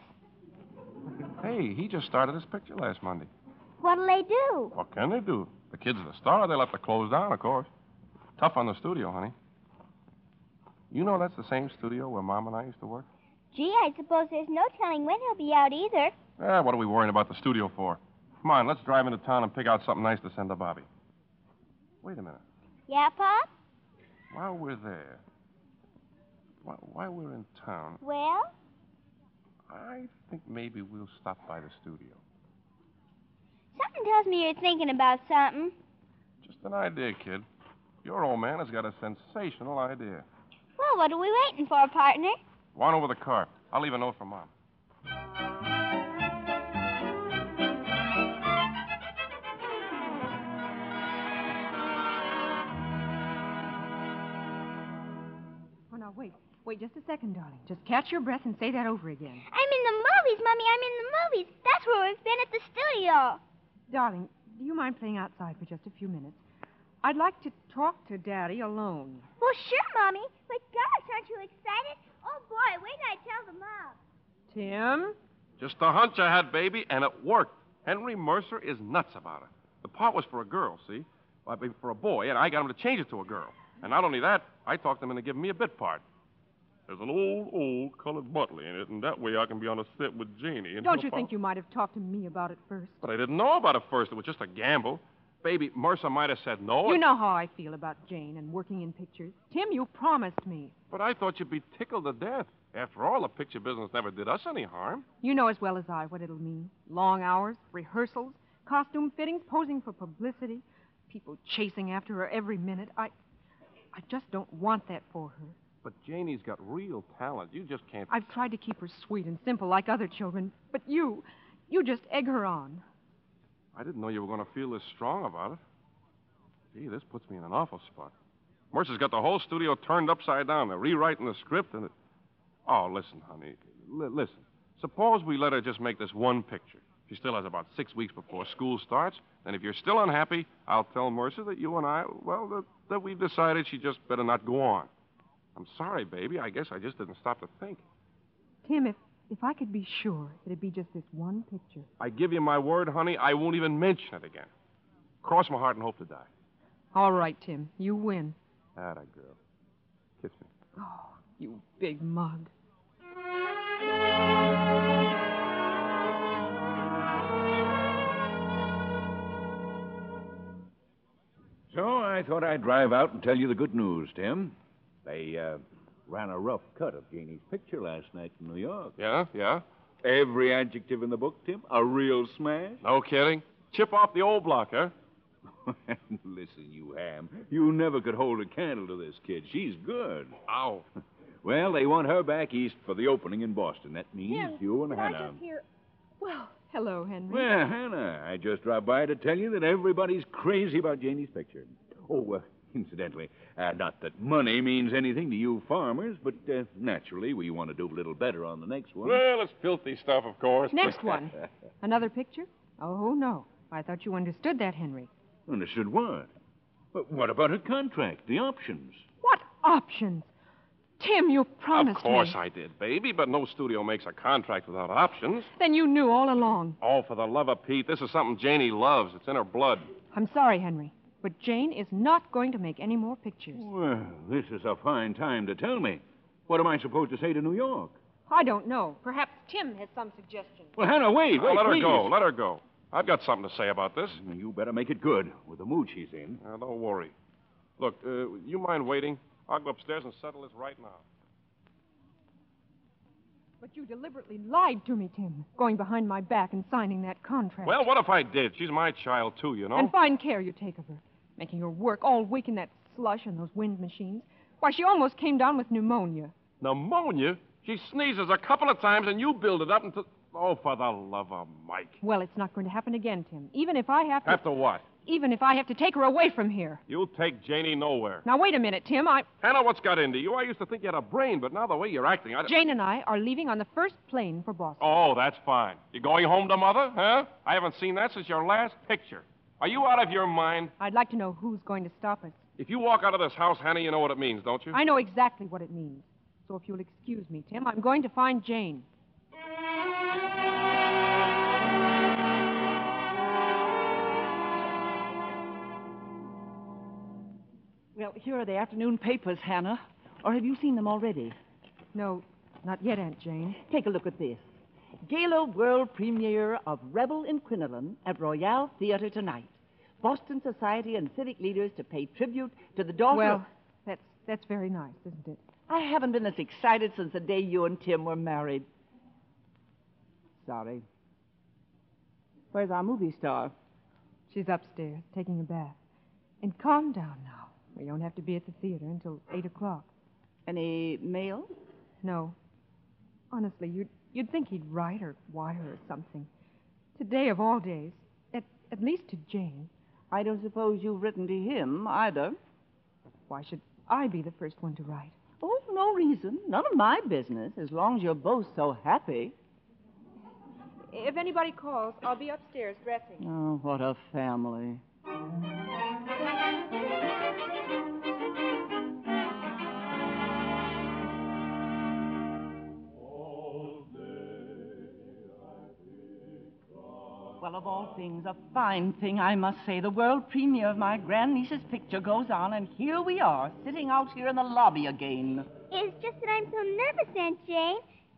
hey, he just started his picture last Monday. What'll they do? What can they do? The kid's the star. They'll have to close down, of course. Tough on the studio, honey. You know that's the same studio where Mom and I used to work? Gee, I suppose there's no telling when he'll be out either. Ah, what are we worrying about the studio for? Come on, let's drive into town and pick out something nice to send to Bobby. Wait a minute. Yeah, Pop? While we're there, whi- while we're in town, Well? I think maybe we'll stop by the studio. Something tells me you're thinking about something. Just an idea, kid. Your old man has got a sensational idea. Well, what are we waiting for, partner? Run over the car. I'll leave a note for Mom. Oh, no, wait. Wait just a second, darling. Just catch your breath and say that over again. I'm in the movies, Mummy. I'm in the movies. That's where we've been at the studio. Darling, do you mind playing outside for just a few minutes? I'd like to talk to Daddy alone. Well, sure, Mommy. But gosh, aren't you excited? Oh, boy, wait till I tell the mom. Tim? Just a hunch I had, baby, and it worked. Henry Mercer is nuts about it. The part was for a girl, see? Well, I mean, for a boy, and I got him to change it to a girl. And not only that, I talked him into giving me a bit part. There's an old, old colored butler in it, and that way I can be on a set with Janie. And Don't you think you might have talked to me about it first? But I didn't know about it first. It was just a gamble. Baby, Mercer might have said no. You know how I feel about Jane and working in pictures. Tim, you promised me. But I thought you'd be tickled to death. After all, the picture business never did us any harm. You know as well as I what it'll mean long hours, rehearsals, costume fittings, posing for publicity, people chasing after her every minute. I. I just don't want that for her. But Janie's got real talent. You just can't. I've tried to keep her sweet and simple like other children, but you. You just egg her on. I didn't know you were going to feel this strong about it. Gee, this puts me in an awful spot. Mercer's got the whole studio turned upside down. They're rewriting the script and it. Oh, listen, honey. Li- listen. Suppose we let her just make this one picture. She still has about six weeks before school starts. And if you're still unhappy, I'll tell Mercer that you and I, well, that, that we've decided she just better not go on. I'm sorry, baby. I guess I just didn't stop to think. Tim, if. If I could be sure, it'd be just this one picture. I give you my word, honey, I won't even mention it again. Cross my heart and hope to die. All right, Tim, you win. That a girl. Kiss me. Oh, you big mug. So I thought I'd drive out and tell you the good news, Tim. They uh, ran a rough cut of Janie's picture last night in New York. Yeah, yeah. Every adjective in the book, Tim, a real smash. No kidding. Chip off the old block, huh? Listen, you ham. You never could hold a candle to this kid. She's good. Ow. Well, they want her back east for the opening in Boston. That means you and Hannah. hear. Well, hello, Henry. Well, Hannah, I just dropped by to tell you that everybody's crazy about Janie's picture. Oh, uh, incidentally, uh, not that money means anything to you farmers, but uh, naturally we want to do a little better on the next one. Well, it's filthy stuff, of course. Next one. Another picture? Oh, no. I thought you understood that, Henry. Understood what? But what about her contract, the options? What options? Tim, you promised Of course me. I did, baby, but no studio makes a contract without options. Then you knew all along. Oh, for the love of Pete, this is something Janie loves. It's in her blood. I'm sorry, Henry, but Jane is not going to make any more pictures. Well, this is a fine time to tell me. What am I supposed to say to New York? I don't know. Perhaps Tim has some suggestion. Well, Hannah, wait, Now, wait, let her please. go. Let her go. I've got something to say about this. You better make it good with the mood she's in. Now, don't worry. Look, uh, you mind waiting? I'll go upstairs and settle this right now. But you deliberately lied to me, Tim, going behind my back and signing that contract. Well, what if I did? She's my child, too, you know. And fine care you take of her, making her work all week in that slush and those wind machines. Why, she almost came down with pneumonia. Pneumonia? She sneezes a couple of times, and you build it up until. Oh, for the love of Mike. Well, it's not going to happen again, Tim. Even if I have to, After what? even if I have to take her away from here. You'll take Janie nowhere. Now wait a minute, Tim. I Hannah, what's got into you? I used to think you had a brain, but now the way you're acting, I. Jane and I are leaving on the first plane for Boston. Oh, that's fine. You're going home to Mother, huh? I haven't seen that since your last picture. Are you out of your mind? I'd like to know who's going to stop us. If you walk out of this house, Hannah, you know what it means, don't you? I know exactly what it means. So if you'll excuse me, Tim, I'm going to find Jane. Well, here are the afternoon papers, Hannah. Or have you seen them already? No, not yet, Aunt Jane. Take a look at this. Gala world premiere of Rebel in Quinolan at Royale Theater tonight. Boston society and civic leaders to pay tribute to the daughter. of- Well, that's that's very nice, isn't it? I haven't been as excited since the day you and Tim were married. Sorry. Where's our movie star? She's upstairs taking a bath. And calm down now. We don't have to be at the theater until eight o'clock. Any mail? No. Honestly, you'd you'd think he'd write or wire or something. Today of all days, at at least to Jane. I don't suppose you've written to him either. Why should I be the first one to write? Oh, no reason. None of my business, as long as you're both so happy. If anybody calls, I'll be upstairs dressing. Oh, what a family. Well, of all things, a fine thing, I must say. The world premiere of my grandniece's picture goes on, and here we are, sitting out here in the lobby again. It's just that I'm so nervous, Aunt Jane.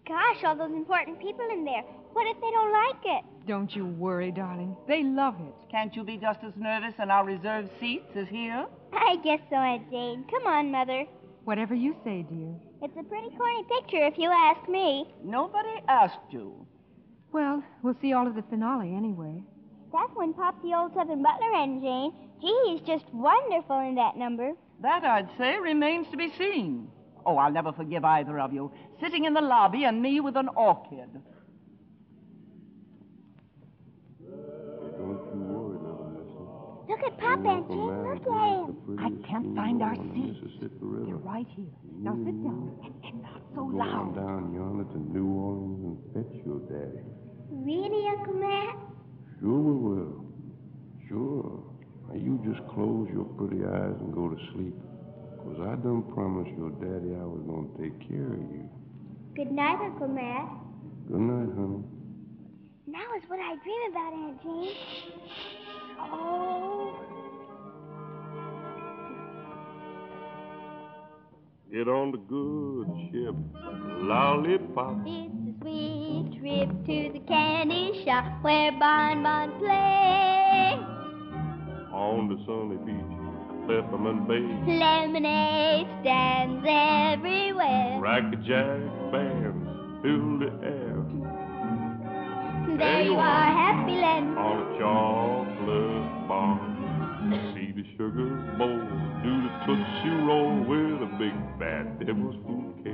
Gosh, all those important people in there. What if they don't like it? Don't you worry, darling. They love it. Can't you be just as nervous in our reserved seats as here? I guess so, Aunt Jane. Come on, Mother. Whatever you say, dear. It's a pretty corny picture if you ask me. Nobody asked you. Well, we'll see all of the finale anyway. That's when popped the old Southern butler, Aunt Jane. Gee, he's just wonderful in that number. That, I'd say, remains to be seen. Oh, I'll never forgive either of you. Sitting in the lobby and me with an orchid. Look at Pop, Aunt Jane. Look at him. I can't find our seats. They're right here. Now sit down and, and not so Going loud. down yonder to New Orleans and fetch your daddy. Really, Uncle Matt? Sure we will. Sure. Now you just close your pretty eyes and go to sleep. Cause I done promised your daddy I was gonna take care of you. Good night, Uncle Matt. Good night, honey. Now is what I dream about, Aunt Jane. Oh. Get on the good ship, lollipop. It's a sweet trip to the candy shop where Bon Bon plays On the sunny beach, peppermint bay, lemonade stands everywhere. rack-a-jack bands, fill the air There you are, Happy Land. on a chocolate bar. See the sugar bowl, do the tootsie roll with a big fat devil's food cake.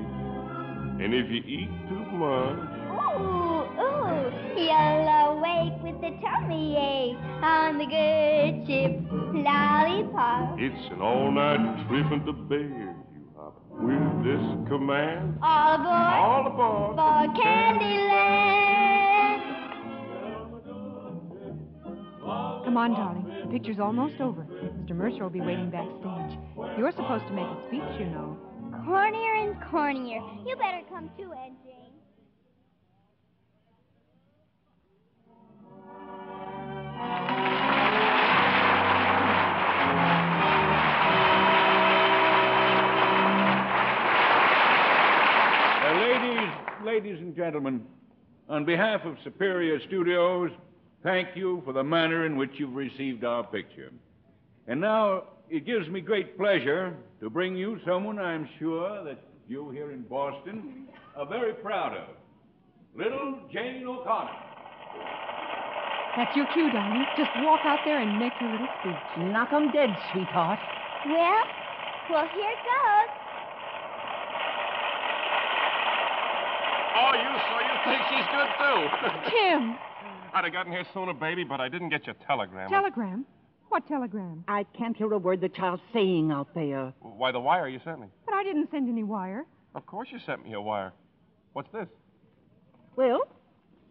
And if you eat too much, Ooh, ooh, you'll awake with the tummy ache on the good ship lollipop. it's an all-night trip into bed. You hop with this command. All aboard. All aboard. For Candyland. Come on, darling. The picture's almost over. Mr. Mercer will be waiting backstage. You're supposed to make a speech, you know. Of cornier and cornier. You better come too, Ed Jane. Uh, ladies, ladies and gentlemen, on behalf of Superior Studios, thank you for the manner in which you've received our picture. And now it gives me great pleasure to bring you someone I'm sure that you here in Boston are very proud of. Little Jane O'Connor. That's your cue, Donnie. Just walk out there and make your little speech. Knock 'em dead, sweetheart. Well, well, here goes. Oh, you so you think she's good too? Tim, I'd have gotten here sooner, baby, but I didn't get your telegram. telegram? What telegram? I can't hear a word the child's saying out there. Why the wire you sent me? But I didn't send any wire. Of course you sent me a wire. What's this? Well,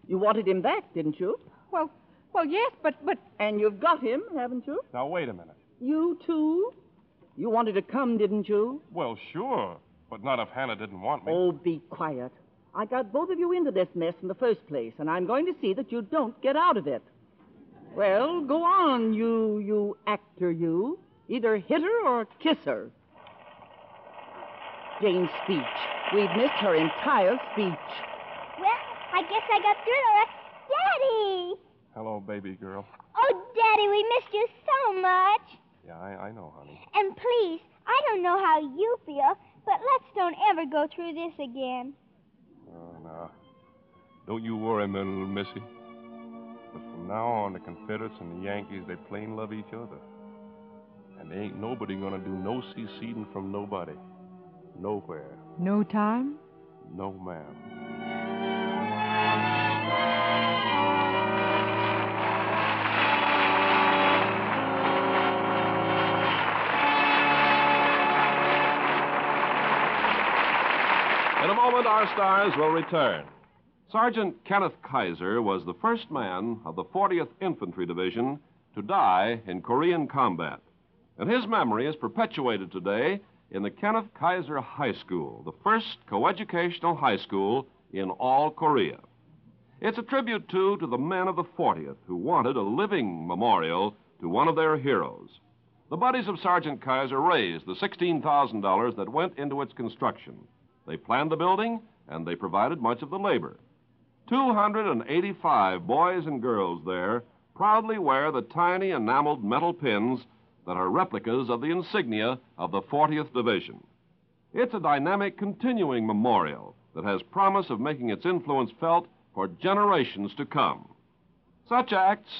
you wanted him back, didn't you? Well, well, yes, but but. And you've got him, haven't you? Now wait a minute. You too. You wanted to come, didn't you? Well, sure, but not if Hannah didn't want me. Oh, be quiet. I got both of you into this mess in the first place, and I'm going to see that you don't get out of it. Well, go on, you, you actor, you. Either hit her or kiss her. Jane's speech. We've missed her entire speech. Well, I guess I got through to her. Daddy! Hello, baby girl. Oh, Daddy, we missed you so much. Yeah, I, I know, honey. And please, I don't know how you feel, but let's don't ever go through this again. Oh, no. Don't you worry, my little missy. But from now on, the Confederates and the Yankees, they plain love each other. And they ain't nobody gonna do no seceding from nobody. Nowhere. No time? No, ma'am. In a moment, our stars will return. Sergeant Kenneth Kaiser was the first man of the 40th Infantry Division to die in Korean combat. And his memory is perpetuated today in the Kenneth Kaiser High School, the first coeducational high school in all Korea. It's a tribute, too, to the men of the 40th who wanted a living memorial to one of their heroes. The buddies of Sergeant Kaiser raised the $16,000 that went into its construction. They planned the building and they provided much of the labor. 285 boys and girls there proudly wear the tiny enameled metal pins that are replicas of the insignia of the 40th Division. It's a dynamic, continuing memorial that has promise of making its influence felt for generations to come. Such acts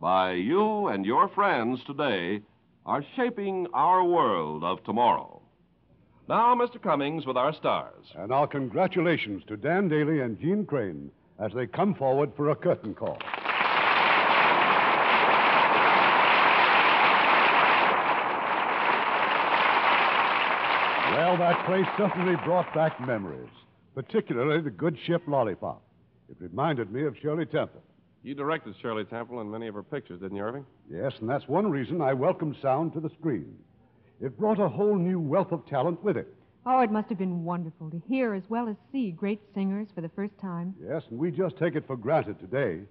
by you and your friends today are shaping our world of tomorrow. Now, Mr. Cummings with our stars. And our congratulations to Dan Daly and Gene Crane as they come forward for a curtain call. Well, that place certainly brought back memories, particularly the good ship Lollipop. It reminded me of Shirley Temple. You directed Shirley Temple in many of her pictures, didn't you, Irving? Yes, and that's one reason I welcomed sound to the screen. It brought a whole new wealth of talent with it. Oh, it must have been wonderful to hear as well as see great singers for the first time. Yes, and we just take it for granted today.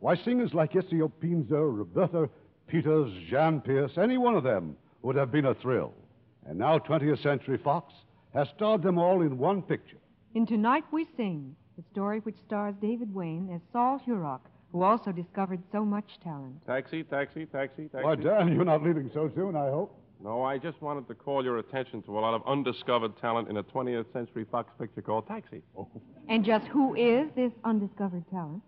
Why, singers like Ezio Pinza, Roberta Peters, Jean Pierce, any one of them would have been a thrill. And now 20th Century Fox has starred them all in one picture. In Tonight We Sing, the story which stars David Wayne as Saul Hurock, who also discovered so much talent. Taxi, taxi, taxi, taxi. Why, Dan, you're not leaving so soon, I hope. No, I just wanted to call your attention to a lot of undiscovered talent in a 20th Century Fox picture called Taxi. Oh. And just who is this undiscovered talent?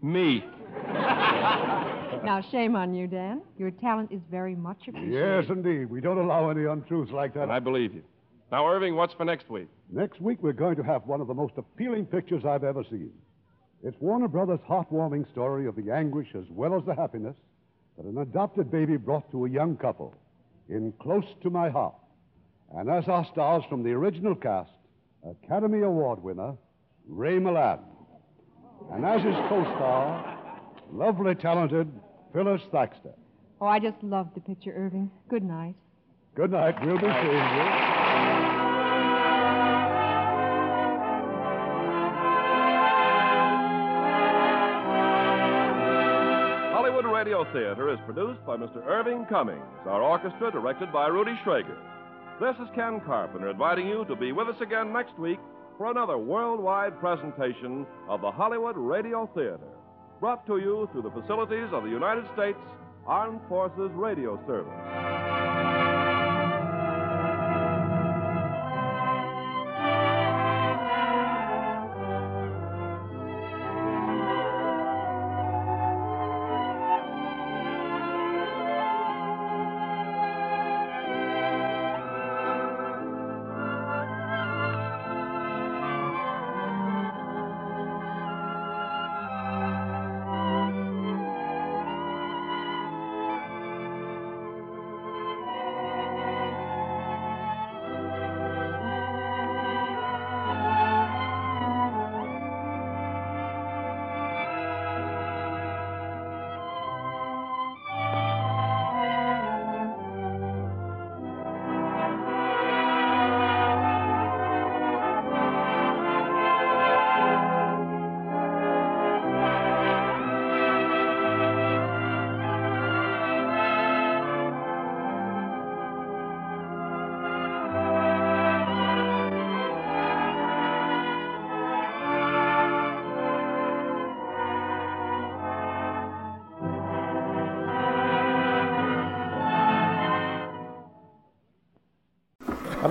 Me. now, shame on you, Dan. Your talent is very much Yes, appreciated. indeed. We don't allow any untruths like that. And I believe you. Now, Irving, what's for next week? Next week, we're going to have one of the most appealing pictures I've ever seen. It's Warner Brothers' heartwarming story of the anguish as well as the happiness that an adopted baby brought to a young couple in Close to My Heart. And as our stars from the original cast, Academy Award winner Ray Milland. And as his co star, lovely, talented Phyllis Thaxter. Oh, I just loved the picture, Irving. Good night. Good night. We'll be seeing you. Radio Theater is produced by Mr. Irving Cummings, our orchestra directed by Rudy Schrager. This is Ken Carpenter inviting you to be with us again next week for another worldwide presentation of the Hollywood Radio Theater, brought to you through the facilities of the United States Armed Forces Radio Service. I'd